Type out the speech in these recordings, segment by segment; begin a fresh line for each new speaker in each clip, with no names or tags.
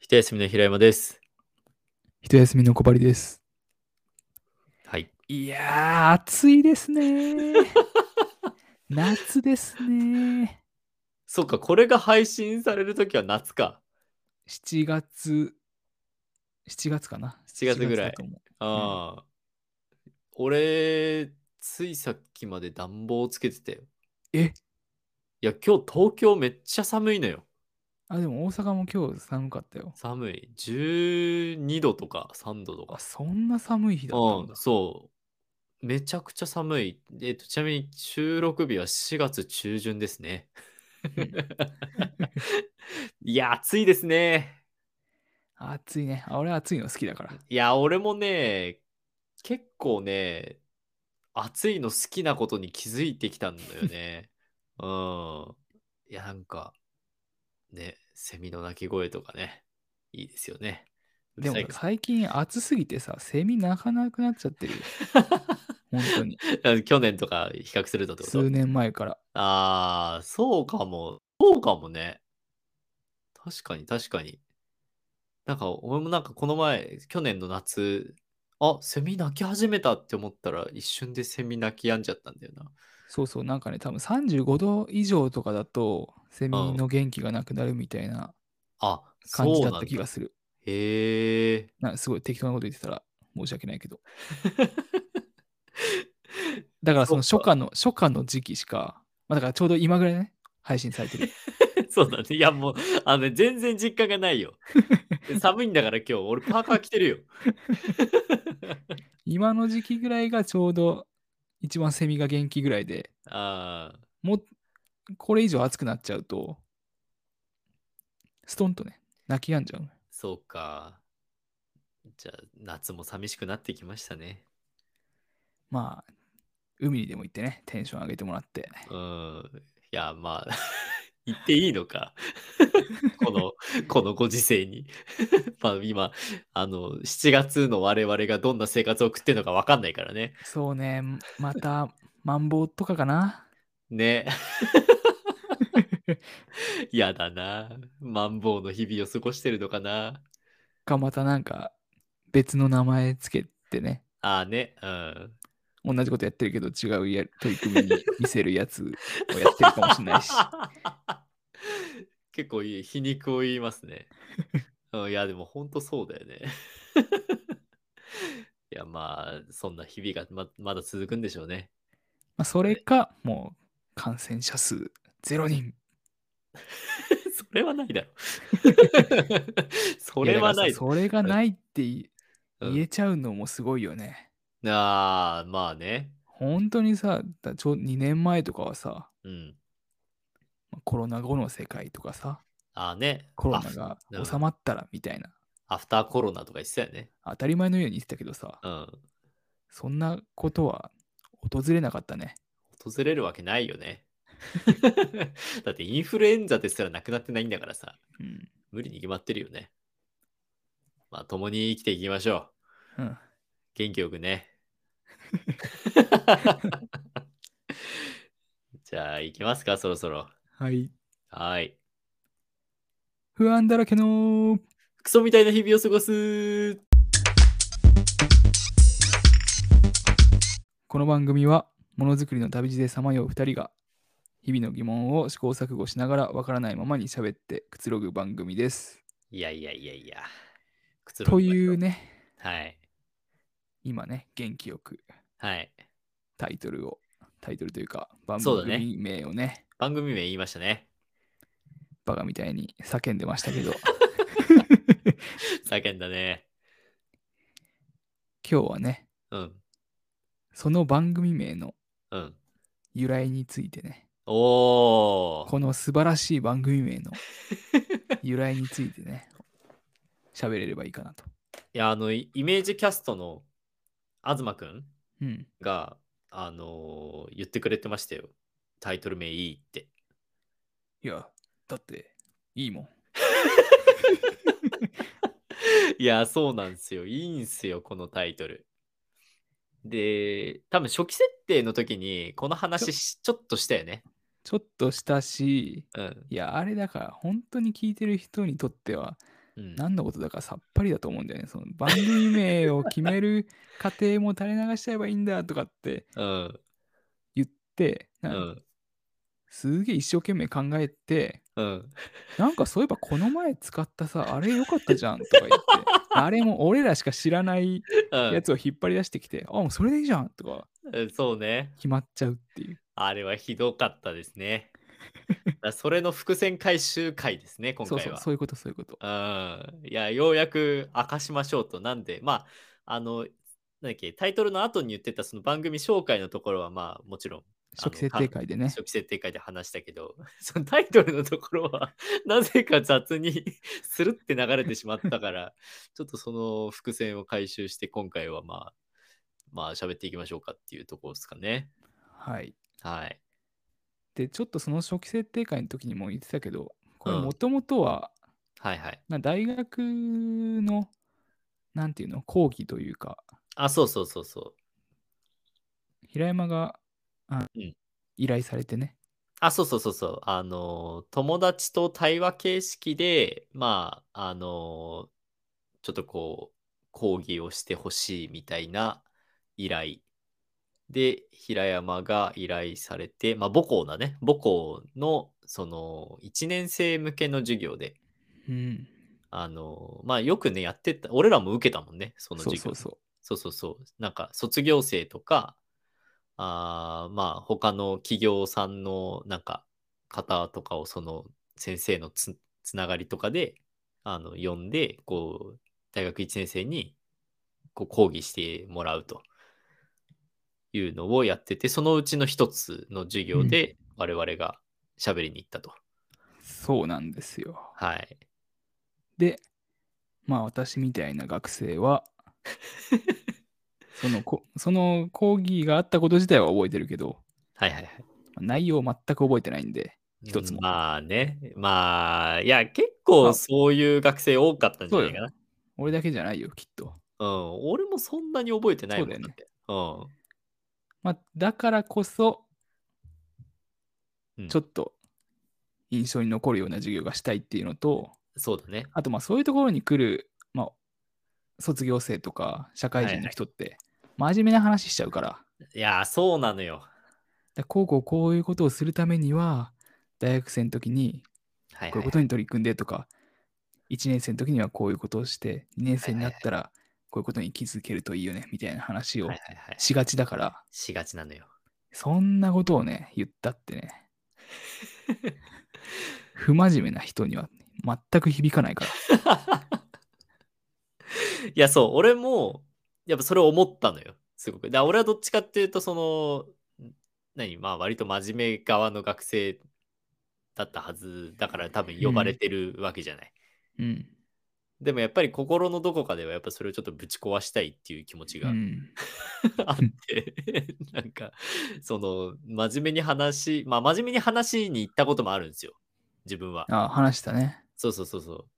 一休みの平山です。
一休みのこばりです。
はい。
いやー、暑いです ね。夏ですね。
そっか、これが配信されるときは夏か。
7月、7月かな。
7月ぐらい
だと思う
ああ、俺、ついさっきまで暖房つけてたよ。
え
いや、今日東京めっちゃ寒いのよ。
あ、でも大阪も今日寒かったよ。
寒い。12度とか3度と
あ、
か。
そんな寒い日だったん
うん、
だ。
そう。めちゃくちゃ寒い。えっと、ちなみに収録日は4月中旬ですね。 いや、暑いですね。
暑いね。あ俺暑いの好きだから。
いや、俺もね、結構ね、暑いの好きなことに気づいてきたんだよね。うん。いや、なんか、ね、セミの鳴き声とかね、いいですよね。う
で
る
も
さいか。
最近暑すぎてさ、セミ鳴かなくなっちゃっ てるよ。本当に。
去年とか比較するとってこと
数年前から。
ああ、そうかも。そうかもね。確かに、確かに。なんか、俺もなんかこの前、去年の夏、あ、セミ鳴き始めたって思ったら、一瞬でセミ鳴き止んじゃったんだよな。
そうそう、なんかね、多分35度以上とかだと、セミの元気がなくなるみたいな
あ、
感
そう
じだ
な
っ
ん
た気が
だ。
する。
へえ。
なんかすごい適当なこと言ってたら申し訳ない けど。だからその
そ
初
っか
夏の、初夏の時期しか、まあ、だからちょうど今ぐらいね、配信され てる。
そうだね。いや、もう、あのね、全然実感がない よ。寒いんだから今日、俺パーカー着てるよ。
今の時期ぐらいがちょうど一番セミが元気ぐらいで、
ああ、
もうこれ以上暑くなっちゃうと、ストンとね、泣き止んじゃう。
そうか。じゃあ、夏も寂しくなってきましたね。
まあ、海にでも行ってね、テンション上げてもらって。
うん。いや、まあ、 言っていいのか。この、このご時世に。 まあ、今、あの、7月の我々がどんな生活を送ってるのか分かんないからね。
そうね、また、マンボウとかかな。
ね。やだな。 マンボウの日々を過ごしてるのかな。
か、またなんか、別の名前つけてね、
ああね、うん。
同じことやってるけど違うや取り組みに見せるやつをやってるかもし れないし
結構いい皮肉を言います ね。うんいや、でも本当そうだよね。 いや、まあ、そんな日々がままだ続くんでしょうね。
まあそれかもう感染者数0人
それはない だろ。それはない
やだからさそれがないってい
うん
言えちゃうのもすごいよね、
ああ、まあね。
本当にさだちょ2年前とかはさ
うん。
まあコロナ後の世界とかさ
ああね。
コロ
ア
ナ
フ
が
うん
収まったらみたいな
アフターコロナとか言ってたよね。
当たり前のように言ってたけどさ
うん。
そんなことは訪れなかったね
訪れるわけないよ ね。 だってインフルエンザですらなくなってないんだからさ、
うん、
無理に決まってるよね。まあ、共に生きていきましょう。
うん、
元気よく ね。じゃあ、行きますか、そろそろ。
はい
はい。
不安だらけの
クソみたいな日々を過ごす。
この番組はものづくりの旅路でさまよう2人が日々の疑問を試行錯誤しながらわからないままに喋ってくつろぐ番組です。
いやいやいやいや。くつろ
と
ぎましょ
いう。ね、
はい。
今ね、元気よく
はい。
タイトルを、タイトルというか番
そうだね
組名をね、
番組名言いましたね。
バカみたいに叫んでましたけど、
叫んだね。
今日はね、
うん。
その番組名の
うん。
由来についてね、
おー。
この素晴らしい番組 名の由来についてね、喋れればいいかなと。
いや、あの、イイメージキャストの東くん
うん。
が、あのー言ってくれてましたよ。タイトル名いいって。
いや、だっていいもん。
いや、そうなんですよ。いいんすよ、このタイトル。で、多分初期設定の時に、この話しちょっとしたよね。
ちょっとしたし、
うん。
いや、あれだから、本当に聞いてる人にとっては、
うん
何のことだかさっぱりだと思うんだよね。その番組名を決める過程も垂れ流しちゃえばいいんだとかって
うん
言って、
う
なんか
ん
すげえ一生懸命考えて、
うん
なんかそういえばこの前使ったさ、あれ良かったじゃんと か言って、あれも俺らしか知ら ないやつを引っ張り出してきて、あ、もうそれでいいじゃんとか
うんそうね
決まっちゃうっていう。
あれはひどかったです ねだからそれの伏線回収回ですね今
そう
回
そう、
は
そういうこと、そういうこと。
うんいや、ようやく明かしましょうと。なんで、まあ、あの、なんだっけ、タイトルの後に言ってたその番組紹介のところは、まあ、もちろん、
初期設定会でね。
初期設定会で話したけど、 そのタイトルのところは、 なぜか雑に、 スルって流れてしまったから、ちょっとその伏線を回収して、今回はまあ、まあ、喋っていきましょうかっていうところですかね。
はい。
はい。
で、ちょっとその初期設定会の時にも言ってたけど、これ
うん
もともとは、
はいはい。
な大学の、なんていうの、講義というか、
あ、そうそうそうそう。
平山が、あ
うん
依頼されてね。
あ、そうそうそうそう。あの、友達と対話形式で、まあ、あの、ちょっとこう、講義をしてほしいみたいな依頼。で、平山が依頼されて、まあ、母校だね。母校の、その、1年生向けの授業で、
うん。
あの、まあ、よくね、やってた。俺らも受けたもんね、その
そう
授業。
そうそ
そうそうそう。なんか卒業生とか、あーまあ他の企業さんのなんか方とかをその先生のつつながりとかであの呼んで、こう大学1年生にこう講義してもらうというのをやってて、そのうちの一つの授業で我々が喋りに行ったと。
う。そうなんですよ。
はい。
で、まあ私みたいな学 生は、そのこその講義があったこと自体は覚えてるけど、
はいはいはい。
内容を全く覚えてないんで、一つも
まあね。まあ、いや、結構そういう学生多かったんじゃないかな。
俺だけじゃないよ、きっと。
うん、俺もそんなに覚えてないもん
そうだよね
ってうん。
まあだからこそ、
うん
ちょっと印象に残るような授業がしたいっていうのと、
そうだね。
あとまあそういうところに来る、まあ、卒業生とか社会人の人って真面目な話しちゃうから、
いやー、そうなのよ。
だからこうこうこういうことをするためには大学生の時に
はい
こう
はい
いうことに取り組んでとか、1年生の時にはこういうことをして2年生になったらこういうことに気づけるといいよねみたいな話を
はいはいはい。
しがちだから、
しがちなのよ。
そんなことをね言ったってね不真面目な人には全く響かないから
いや、そう、俺も、やっぱそれを思ったのよ。すごく。だから俺はどっちかっていうと、その、ん何、まあ、割と真面目側の学生だったはずだから、多分呼ばれてるわけじゃない。
うん、
でもやっぱり心のどこかではやっぱそれをちょっとぶち壊したいっていう気持ち
う
が
ん、
あって、 なんか、その、真面目に話、まあ、真面目に話に行ったこともあるんですよ、自分は。
あ話したね
そうそうそうそう。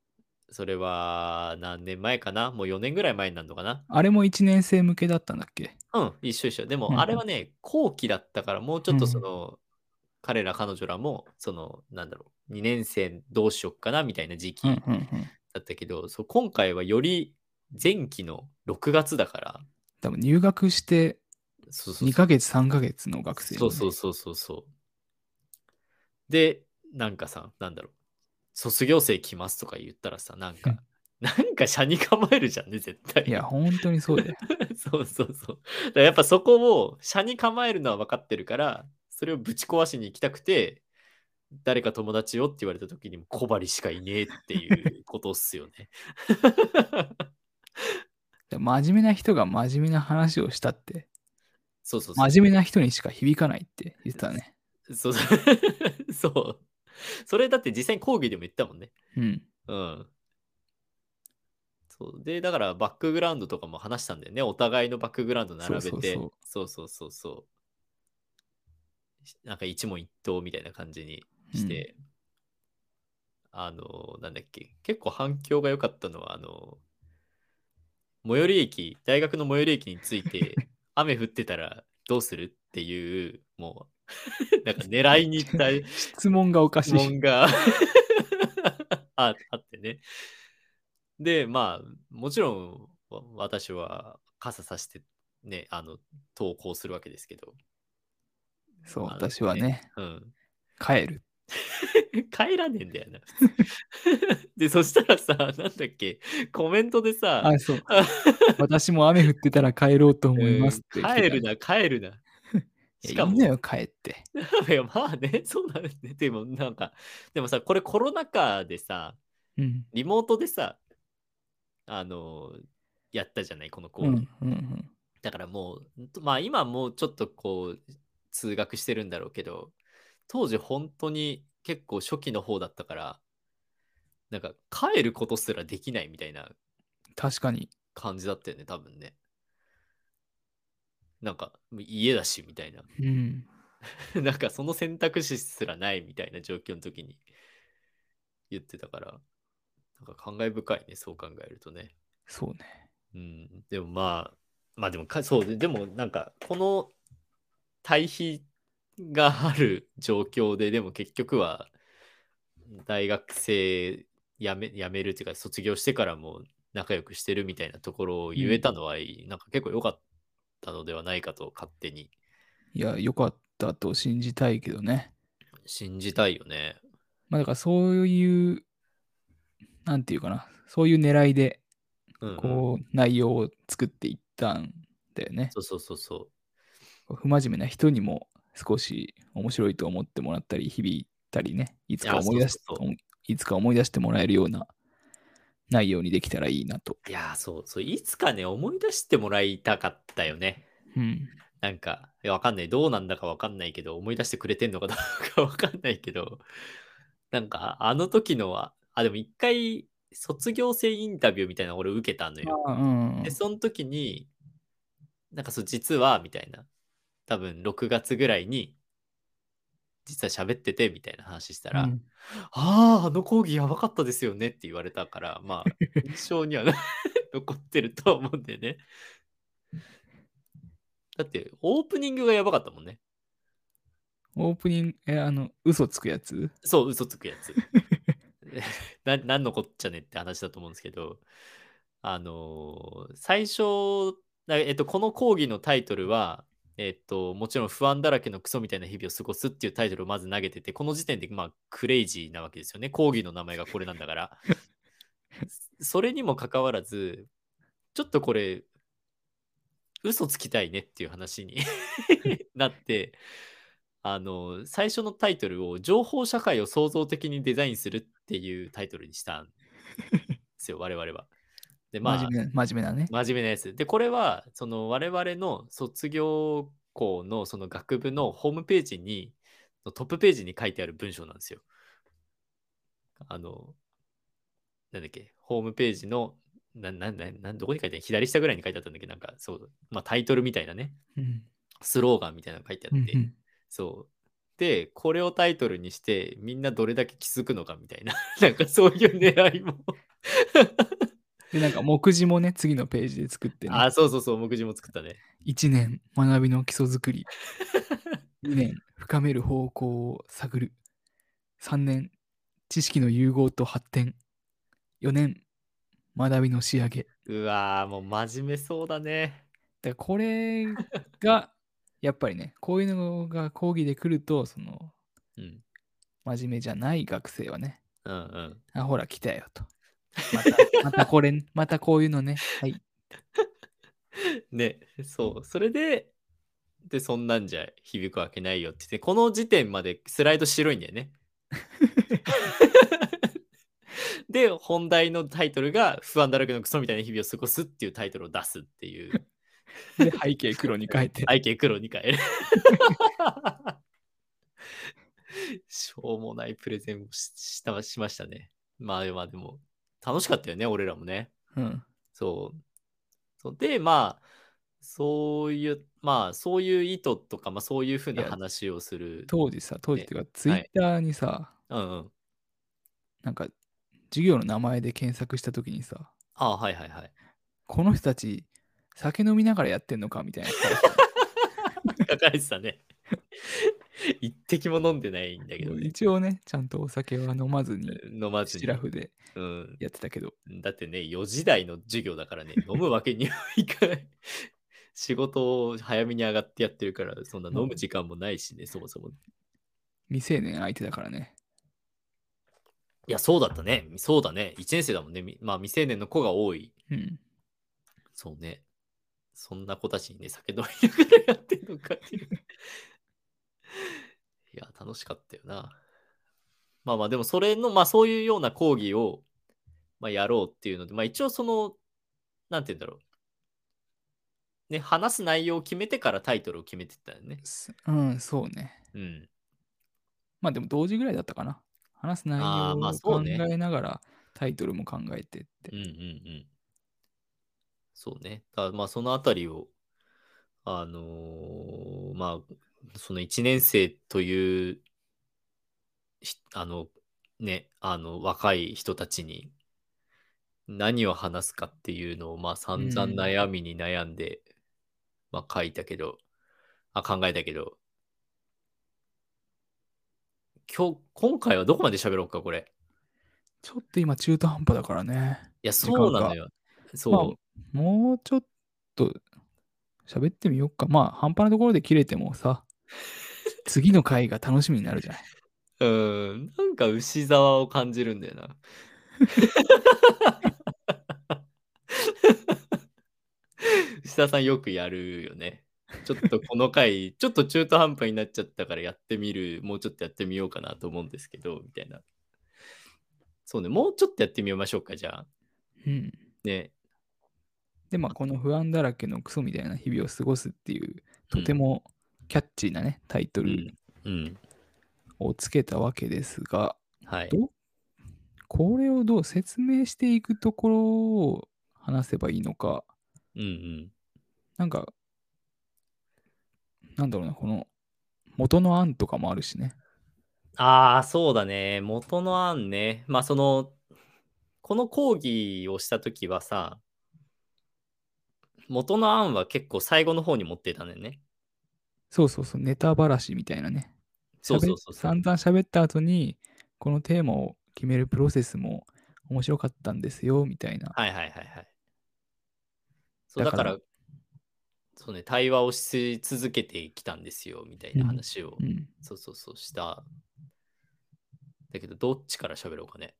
それは、何年前かなもう4年ぐらい前になるのかな
あれも1年生向けだったんだっけ
うん、一緒一緒。で
うん
も、あれはね、後期だったから、もうちょっとその、彼ら、彼女らも、その、なんだろう、2年生どうしよっかなみたいな時期
うん
だ
うんうん。
ったけど、そう今回はより前期の6月だから、
多分入学して
そうそうそう
2ヶ月3ヶ月の学生、ね。
そうそうそうそうそう。で、なんかさ、なんだろう、卒業生来ますとか言ったらさ、なん
うん
か、なんか車に構えるじゃんね、絶対。
いや、本当にそうだよ。
そうそうそう。だからやっぱそこを車に構えるのは分かってるから、それをぶち壊しに行きたくて、誰か友達よって言われた時にも小針しかいねえっていうことっすよ ね。
だから真面目な人が真面目な話をしたって、
そうそうそう。
真面目な人にしか響かないって言ってたね。
そう そう。そう。それだって実際に講義でも言ったもんね。
うん。
うん。そうで、だからバックグラウンドとかも話したんだよね。お互いのバックグラウンド並べて。
そう
そうそうそうそうしなんか一問一答みたいな感じにして、あの、なんだっけ、結構反響が良かったのは、あの、最寄り駅、大学の最寄り駅につい て、雨降ってたらどうするっていう、もう、なんか狙いに行った
質問がおかし
質
い。
問がああってね。で、まあ、もちろんわ私は傘さしてね、あの、投稿するわけですけど。
そう、
まあなんか
私はね、
うん。
帰る。
帰らねえんだよな。 普通で、そしたらさ、なんだっけ、コメントでさ、
あ、そう。私も雨降ってたら帰ろうと思いますって
う
来
ん
てた。
帰るな、帰るな。
い
し
や。
か
いい
も
んだ、よ、帰って。
いやまあね、そうなるね。でも、なんか、でもさ、これコロナ禍でさ、
うん。
リモートでさ、あの、やったじゃない、この講
う
義。
ん。うんうん。
だからもう、まあ今もうちょっとこう、通学してるんだろうけど、当時本当に結構初期の方だったから、なんか帰ることすらできないみたいな
確かに。
感じだったよね、多分ね。なんか家だしみたいな。
うん。
なんかその選択肢すらないみたいな状況の時に言ってたから、なんか感慨深いね、そう考えるとね。
そうね。
うん、でもまあ、まあでもか、そうで、でもなんか、この対比がある状況で、でも結局は、大学生辞め辞めるっていうか、卒業してからも仲良くしてるみたいなところを言えたのは、なんか結構良かったのではないかと勝手に
いや、よかったと信じたいけどね。
信じたいよね。
まあだからそういう、なんていうかな、そういう狙いで、
うんうん、
こう、内容を作っていったんだよね。
そうそうそうそう。
不真面目な人にも少し面白いと思ってもらったり、響いたりね、いつか思い出し
そうそう
いつか思い出してもらえるような内容にできたらいいなと。
いやー、そうそう、いつかね、思い出してもらいたかったよね。
うん。
なんか、いやわかんない。どうなんだかわかんないけど、思い出してくれてんのかどうか わかんないけど、なんか、あの時のは、あ、でも一回、卒業生インタビューみたいなの俺受けたのよ。
あうん
で、その時に、なんかそう、実は、みたいな。多分、6月ぐらいに、実は喋ってて、みたいな話したら、
うん
ああ、あの講義やばかったですよねって言われたから、まあ、印象には な残ってるとは思うんだよね。だって、オープニングがやばかったもんね。
オープニング、え、あの、嘘つくやつ
そう、嘘つくやつ。 な何のこっちゃねって話だと思うんですけど、あのー最初、だえっと、この講義のタイトルは、えっと、もちろん不安だらけのクソみたいな日々を過ごすっていうタイトルをまず投げてて、この時点で、まあ、クレイジーなわけですよね。講義の名前がこれなんだから。 それにもかかわらず、ちょっとこれ、嘘つきたいねっていう話に なって、あの、最初のタイトルを、情報社会を創造的にデザインするっていうタイトルにしたんですよ、我々は。で、まあ
真、面目な真面目なね。
真面目なやつ。で、これは、その我々の卒業校のその学部のホームページに、トップページに書いてある文章なんですよ。あの、なんだっけ、ホームページの、な、な、な、なんどこに書いてある左下ぐらいに書いてあったんだっけなんか、そう、まあタイトルみたいなね、
うん
スローガンみたいなの書いてあ
う
っ
ん
て、
うん
そう。で、これをタイトルにして、みんなどれだけ気づくのかみたいな、 なんかそういう狙いも
で、なんか、目次もね、次のページで作ってね、
あ、そうそうそう、目次も作ったね。
1年学びの基礎づくり、2年深める方向を探る、3年知識の融合と発展、4年学びの仕上げ。だか
うわー、もう真面目そうだね。
らこれが、 やっぱりね、こういうのが講義で来ると、その、
うん。
真面目じゃない学生はね、
うんうん。
あ、ほら、来たよと。また、 またこれ、またこういうのね。はい。
ね、そう。それで、で、そんなんじゃ響くわけないよって言って、この時点までスライド白いんだよ ね。で、本題のタイトルが、不安だらけのクソみたいな日々を過ごすっていうタイトルを出すって いう、
で、背景黒に変えて。
背景黒に 変える。しょうもないプレゼンをししたしましたね。まあまあでも、楽しかったよね、俺らもね。
うん。
そう。そうで、まあ、そういう、まあ、そういう意図とか、まあ、そういうふうない
や
話をする。
当時さ、当時っていうか、ツイッターにさ、
うんうん。
なんか、授業の名前で検索したときにさ、
ああ、はいはいはい。
この人たち、酒飲みながらやってんのかみたいな。
書かれてたね。 一滴も飲んでないんだ けどね。
一応ね、ちゃんとお酒は飲まずに、
飲まず
シ
に。
ラフで
うん。
やってたけど、
だってね、4時台の授業だからね、飲むわけにはいかない。 仕事を早めに上がってやってるから、そんな飲む時間もないしね、そもそも。
未成年相手だからね。
いや、そうだったね。そうだね。1年生だもんね。みまあ、未成年の子が多い。
うん。
そうね。そんな子たちにね、酒飲みながらやってんのかっていう。 いや、楽しかったよな。まあまあ、でもそれの、まあそういうような講義を、まあ、やろうっていうので、まあ一応その、なんて言うんだろう。ね、話す内容を決めてからタイトルを決めてったよね。
すうん、そうね。
うん。
まあでも同時ぐらいだったかな。話す内
あ
容
ーまあ
を
そ
考
うね
えながらタイトルも考えてって。
うんうんうん。そうね。だからまあそのあたりを、あのーまあ、その1年生という、ひあの、ね、あの、若い人たちに何を話すかっていうのを、まあ散々
うん
悩みに悩んで、まあ書いたけど、あ、考えたけど、今日、今回はどこまで喋ろうか、これ。
ちょっと今中途半端だからね。
いや、そうなのよ。そう。
まあもうちょっと喋ってみようか。まあ半端なところで切れても さ、次の回が楽しみになるじゃない。
うーん、なんか牛沢を感じるんだよな。牛沢さんよくやるよね。ちょっとこの回、ちょっと中途半端になっちゃったからやってみる、もうちょっとやってみようかなと思うんですけど、みたいな。そうね、もうちょっとやってみましょうか、じゃあ。
うん。
ね。
で、まあこの不安だらけのクソみたいな日々を過ごすっていう、
うん
とてもキャッチーなね、タイトル
うん。
をつけたわけですが、
はい。
どこれをどう説明していくところを話せばいいのか、
うんうん。
なんか、なんだろうな、この元の案とかもあるしね。
ああ、そうだね。元の案ね。まあ、その、この講義をしたときはさ、元の案は結構最後の方に持ってたんだよね。
そうそうそう、ネタばらしみたいなね。
そうそうそうそ
喋っ
う。
散々喋った後に、このテーマを決めるプロセスも面白かったんですよ、みたいな。
はいはいはいはい。そうだ
だ
か
から
ら、そうね、対話をし続けてきたんですよ、みたいな話を、
うん。
そうそうそうした。だけど、どっちから喋ろうかね。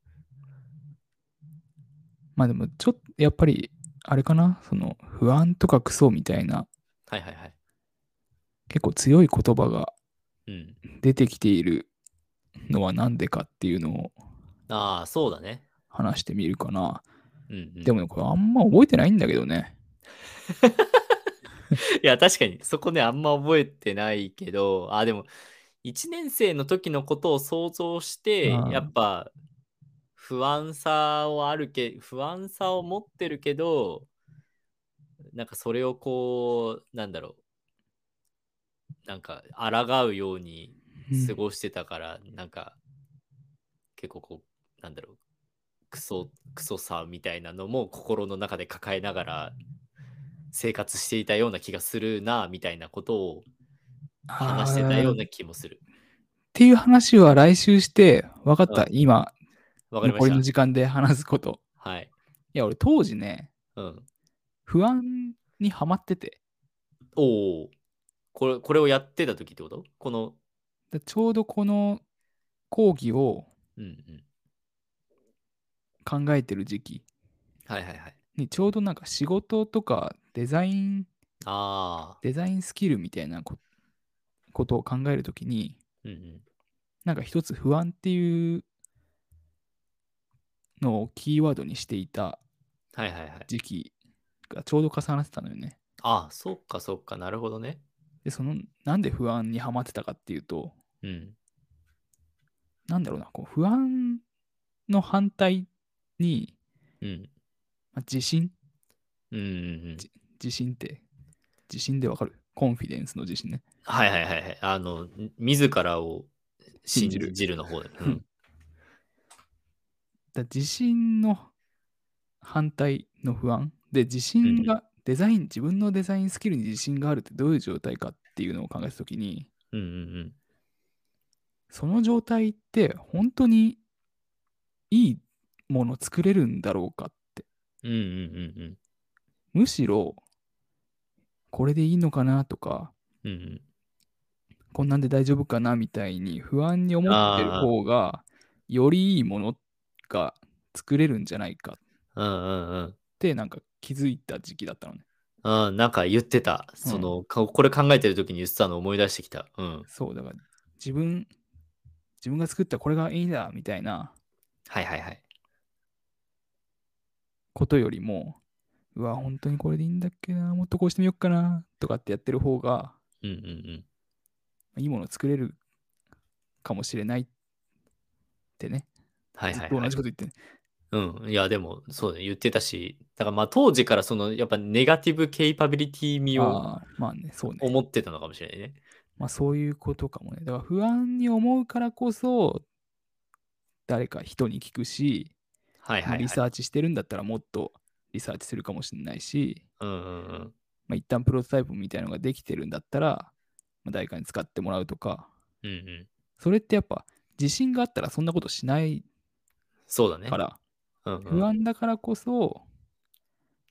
まあでも、ちょっと、やっぱり、あれかな、その、不安とかクソみたいな、
はいはいはい。
結構強い言葉が
うん。
出てきているのはなんでかっていうのを
ああ、そうだね。
話してみるかな。
うん、うん。
でもね、これあんま覚えてないんだけどね。
いや、確かに、そこね、あんま覚えてないけど、あ、でも、1年生の時のことを想像して、
うん
やっぱ、不安さをあるけ、不安さを持ってるけど、なんかそれをこう、なんだろう、なんか、抗うように
うん
過ごしてたから、なんか、結構こう、なんだろう、クソ、クソさみたいなのも心の中で抱えながら生活していたような気がするな、みたいなことを話してたよう
あーっ
な気もする。
ていう話は来週して、分かった、
うん
今、
わかりま
残りの
し
時間で話すこと。
た。はい。
いや、俺当時ね、
うん。
不安にはまってて、
おお。これ、これをやってた時ってことこの、
でちょうどこの講義を
うんうん。
考えてる時期
はいはいはい。
に、ちょうどなんか仕事とかデザイン、
ああ。
デザインスキルみたいなこことを考えるときに、
うんうん。
なんか一つ不安っていうのをキーワードにしていた
はいはいはい。
時期がちょうど重なってたのよね。
ああ、そっかそっか。なるほどね。
で、その、なんで不安にはまってたかっていうと、
うん。
なんだろうな、こう不安の反対に、
うん。
まあ、自信、
うんうんうん。
自信って、自信でわかるコンフィデンスの自信ね。
はいはいはいはい。あの、ん自らを信
信
じ
じる
るの方で。うん、
だ自信の反対の不安で、自
うんうん
信が、デザイン、自分のデザインスキルに自信があるってどういう状態かっていうのを考えたときに、
うんうんうん。
その状態って本当にいいもの作れるんだろうかって
うんうん
むしろこれでいいのかなとか
うんうん。うん
こんなんで大丈夫かなみたいに不安に思ってる方がよりいいものが作れるんじゃないかっ
うん。うんうんうん。
てなんか気づいた時期だったのね。
うん、なんか言ってた。その、かこれ考えてる時に言ってたの思い出してきた。うん。
そうだから自分自分が作ったこれがいいんだみたいな
はいはいはい。
ことよりもうわ本当にこれでいいんだっけなもっとこうしてみよっかなとかってやってる方が
うんうんうん。
いいもの作れるかもしれないってね、
はい
ず
は
っ
い、
と
は
同
い
じ。こと言ってね、
うん。いや、でも、そうだね。言ってたし、だからまあ当時からその、やっぱネガティブケイパビリティ味を
ああまあねそうね、
思ってたのかもしれないね。
まあ、そういうことかもねだから不安に思うからこそ誰か人に聞くし、
はい
ま
は
あ
い、
リ
はい。
サーチしてるんだったらもっとリサーチするかもしれないし、
うんうんうん。
まあ、一旦プロトタイプみたいなのができてるんだったら、まあ、誰かに使ってもらうとか
うんうん。
それってやっぱ自信があったらそんなことしない
そうだね。
から、
うんうん、
不安だからこそ、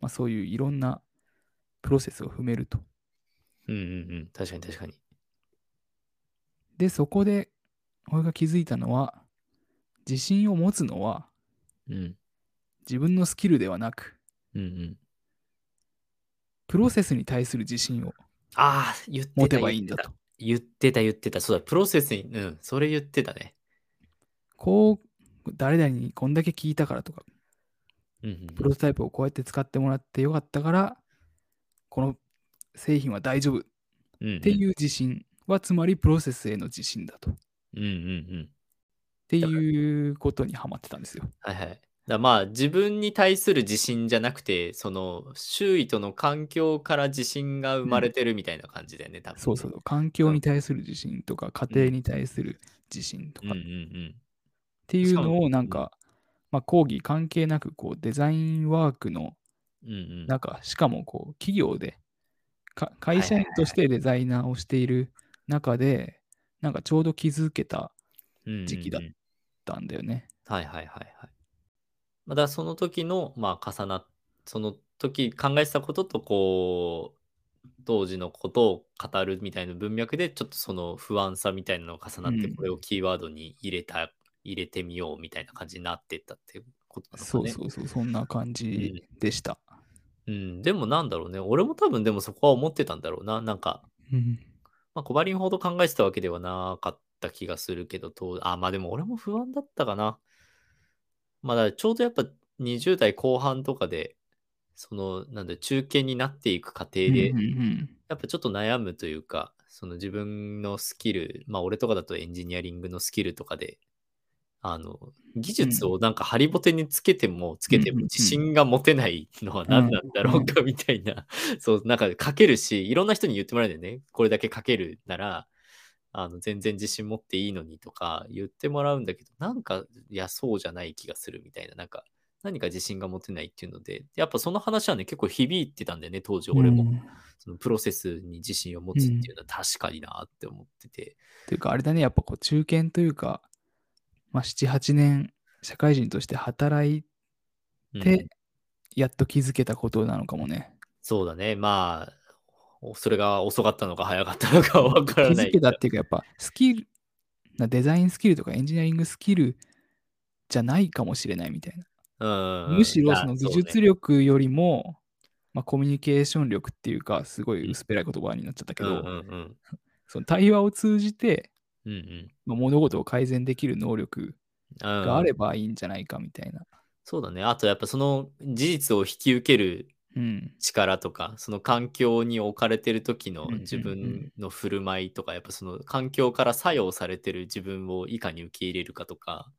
まあ、そういういろんなプロセスを踏めると。
うんうんうん。確かに確かに。
でそこで俺が気づいたのは自信を持つのは
うん。
自分のスキルではなく
うんうん。
プロセスに対する自信を
ああ、言ってた。
持てばいいんだと。
言ってた。言ってた、言ってた。そうだ、プロセスに、うん、それ言ってたね。
こう誰々にこんだけ聞いたからとか
うんうんうん
プロトタイプをこうやって使ってもらってよかったからこの製品は大丈夫っ
うんうん
ていう自信はつまりプロセスへの自信だとっ
うんうんうん。
ていうことにはまってたんですよ。
はいはい。だからまあ自分に対する自信じゃなくて、その周囲との環境から自信が生まれてるみたいな感じだよね、多分ね。
そうそうそう環境に対する自信とか家庭に対する自信と
う
か
んう
っ
んうん。
ていうの
う
を
ん
なんか、まあ、講義関係なくこうデザインワークの
うんうん、
中しかもこう企業でか
い
会
はいは
社
いは
員としてデザイナーをしている中でなんかちょうど気づけた
うんうんうん
時期だったんだよね。
はいはいはいはい。まあだからその時の、まあ、重なっ、その時考えてたことと、こう、当時のことを語るみたいな文脈で、ちょっとその不安さみたいなのが重なって、
うん
これをキーワードに入れた、入れてみようみたいな感じになってったっていうことなのか
そう
ね。
そうそう、そんな感じでした。
うん、でもなんだろうね。俺も多分でもそこは思ってたんだろうな。なんか、
うん、
まあ、コバリンほど考えてたわけではなかった気がするけど、とあ、まあでも俺も不安だったかな。まあ、だからちょうどやっぱ20代後半とかで、その、なんだ、中堅になっていく過程で、
うんうん
やっぱちょっと悩むというか、その自分のスキル、まあ俺とかだとエンジニアリングのスキルとかで、あの、技術をなんかハリボテにつけてもつけても
うんうんうん
自信が持てないのは何なんだろうかみたいな、 そう、なんか書けるし、いろんな人に言ってもらうんだよね。これだけ書けるなら、あの、全然自信持っていいのにとか言ってもらうんだけど、なんか、いや、そうじゃない気がするみたいな、なんか、何か自信が持てないっていうので、やっぱその話はね、結構響いてたんだよね、当時
うん
俺も。
うんっ
そのプロセスに自信を持つっていうのは確かになって思ってて。
ていうか、あれだね、やっぱこう中堅というか、まあ、7、8年社会人として働い
うん
て、やっと気づけたことなのかもね。
そうだね。まあ、おそれが遅かったのか早かったのかわか
気
らない。
づけたっていうか、やっぱスキル、なデザインスキルとかエンジニアリングスキルじゃないかもしれないみたいな。
うんうん
むしろその技
あそ
術
うね
力よりも、まあ、コミュニケーション力っていうか、すごい薄っぺらい言葉になっちゃったけ
うん
ど、
うんうん
その対話を通じて、
うんうん
まあ物事を改善できる能力
うん
があればいいんじゃないかみたいな。
そうだね。あとやっぱその事実を引き受ける
うん。
力とか、その環境に置かれてる時の
うんうんうん
自分の振る舞いとか、やっぱその環境から作用されてる自分をいかに受け入れるかとか、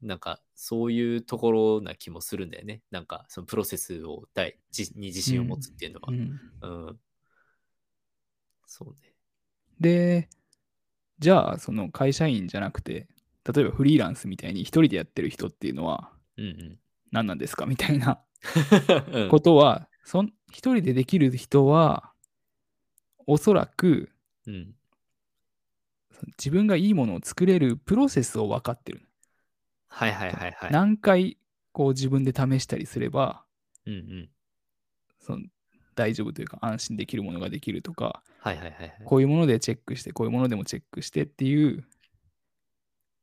なんかそういうところな気もするんだよね。なんかそのプロセスを大じに自信を持つっていうのは。
うん
うん。そうね。
で、じゃあ、その会社員じゃなくて、例えばフリーランスみたいに一人でやってる人っていうのは
うん
何なんですかみたいな
うん。うん
ことは、そん一人でできる人は、おそらく
うん。
その自分がいいものを作れるプロセスを分かってる。
はいはいはいはい。
何回こう自分で試したりすれば
うんうん。
その大丈夫というか安心できるものができるとか、
はいはいはいはい。
こういうものでチェックして、こういうものでもチェックしてっていう、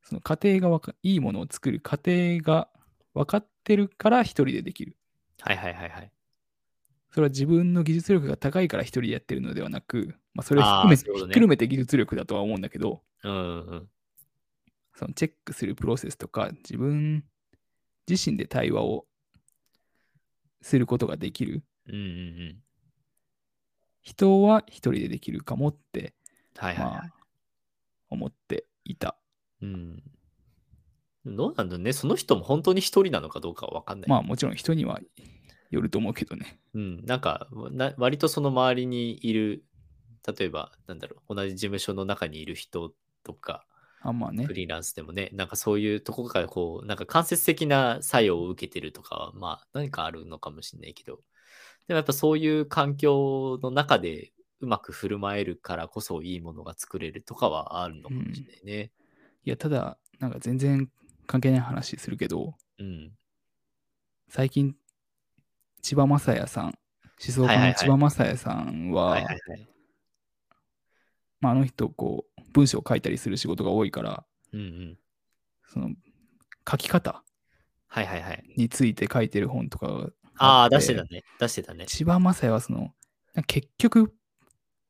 その過程がわか、いいものを作る過程が分かってるから一人でできる。
はいはいはいはい。
それは自分の技術力が高いから一人でやってるのではなく、まあ、それをひっくるめ
あーそういうことね
ひっくるめて技術力だとは思うんだけど、
うんうん。
そのチェックするプロセスとか、自分自身で対話をすることができる
うんうんうん。
人は一人でできるかもって、
はいはい
ま
はい
あ。、思っていた。
うん。どうなんだろうね。その人も本当に一人なのかどうかは分かんない。
まあもちろん人にはよると思うけどね。
うん。なんか、な割とその周りにいる、例えば、なんだろう、同じ事務所の中にいる人とか、
あまあね
フ。リーランスでもね、なんかそういうとこからこう、なんか間接的な作用を受けてるとかは、まあ何かあるのかもしれないけど、でもやっぱそういう環境の中でうまく振る舞えるからこそいいものが作れるとかはあるのかもしれないね。
いや、ただ、なんか全然関係ない話するけど、
うん。
最近、千葉雅也さん、思想
はいは
家
い
の千葉雅也さんは、
はいはいはい。
まあ、あの人、こう、文章を書いたりする仕事が多いから、
うんうん。
その、書き方
はいはいはい。
について書いてる本とかが
あ
っ
あ、
て
出してたね。出してたね。
千葉雅也はその、なんか結局、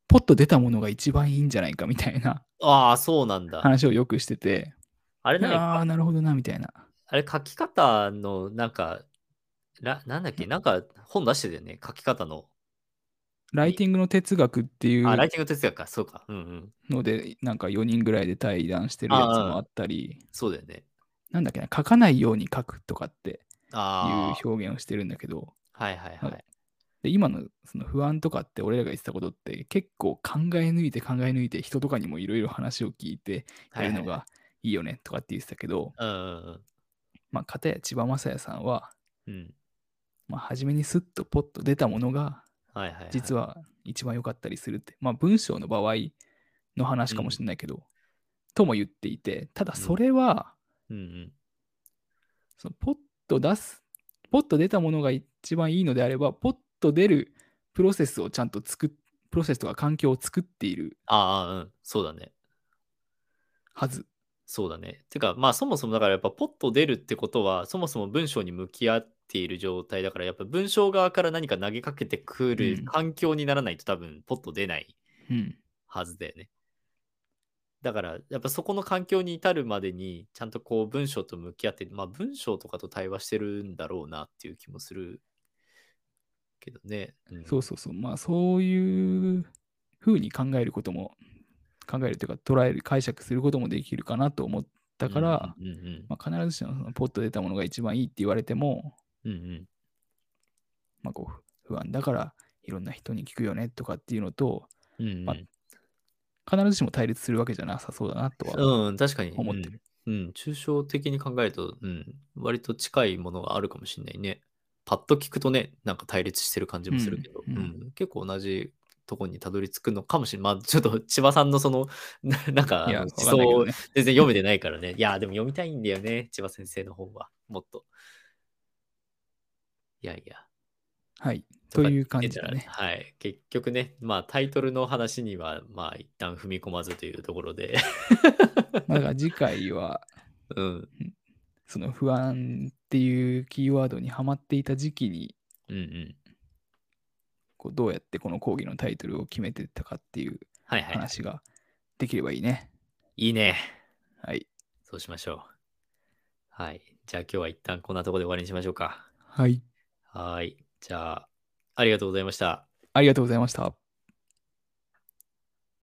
ポッと出たものが一番いいんじゃないかみたいな
ああ、そうなんだ。
話をよくしてて、
あれなんか
ああ、なるほどな、みたいな。
あれ書き方のなんか、らなんだっけ、なんか本出してたよね。書き方の。
ライティングの哲学っていう
あ、ライティング哲学か。そうか。うんうん。
ので、なんか4人ぐらいで対談してるやつもあったり、
そうだよね。
なんだっけな、書かないように書くとかってい
あ
う表現をしてるんだけど、
あ。はいはいは
はい
い。
で今のその不安とかって俺らが言ってたことって結構考え抜いて考え抜いて人とかにもいろいろ話を聞いてや
はい
る
はい
のがいいよねとかって言ってたけど、
うんうん
まあ片や千葉雅也さんは、
うん。うん。
まあ、初めにスッとポッと出たものが
はいはい、はい。
実は一番良かったりするって、まあ文章の場合の話かもしれないけど、とも言っていてただそれは、
うんうん。
そのポッと出す、ポッと出たものが一番いいのであれば、ポッと出るプロセスをちゃんと作っ、プロセスとか環境を作っている
ああ、うん。そうだね。
はず。
そうだね。てか、まあそもそもだからやっぱポッと出るってことは、そもそも文章に向き合っている状態だから、やっぱ文章側から何か投げかけてく
う
る
ん
環境にならないと多分ポッと出ない
うん。
はずだよね。だから、やっぱそこの環境に至るまでに、ちゃんとこう文章と向き合って、まあ文章とかと対話してるんだろうなっていう気もするけどね。うん
そうそうそう。まあ、そういうふうに考えることも、考えるというか、捉える、解釈することもできるかなと思ったから、
うんうん
まあ、必ずしもそのポッと出たものが一番いいって言われても、
うん。うんうん
まあ、こう、不安だから、いろんな人に聞くよねとかっていうのと、
うんうん
まあ必ずしも対立するわけじゃなさそうだなとは
うん、確かに。
思ってる。
うん、うん抽象的に考えると、うん、割と近いものがあるかもしれないね。パッと聞くとね、なんか対立してる感じもするけど、
う
うんん
うん
結構同じとこにたどり着くのかもしれない。まあ、ちょっと千葉さんのその、 ななんか、
いや、
あの思
わかんないけ
想
ど
を
ね。
全然読めてないからね。いや、でも読みたいんだよね、千葉先生の本は、もっと。いやいや。
はい。
か
という感じだ
言っ
ね
て。たらはい。結局ね、まあタイトルの話には、まあ一旦踏み込まずというところで。
まあ、だから次回は、
うん。
その不安っていうキーワードにはまっていた時期に、
うんうん。
こうどうやってこの講義のタイトルを決めてったかっていう
はいはい。
話ができればいいね。
いいね。
はい。
そうしましょう。はい。じゃあ今日は一旦こんなところで終わりにしましょうか。
はい。
はい。じゃあ、ありがとうございました。
ありがとうございました。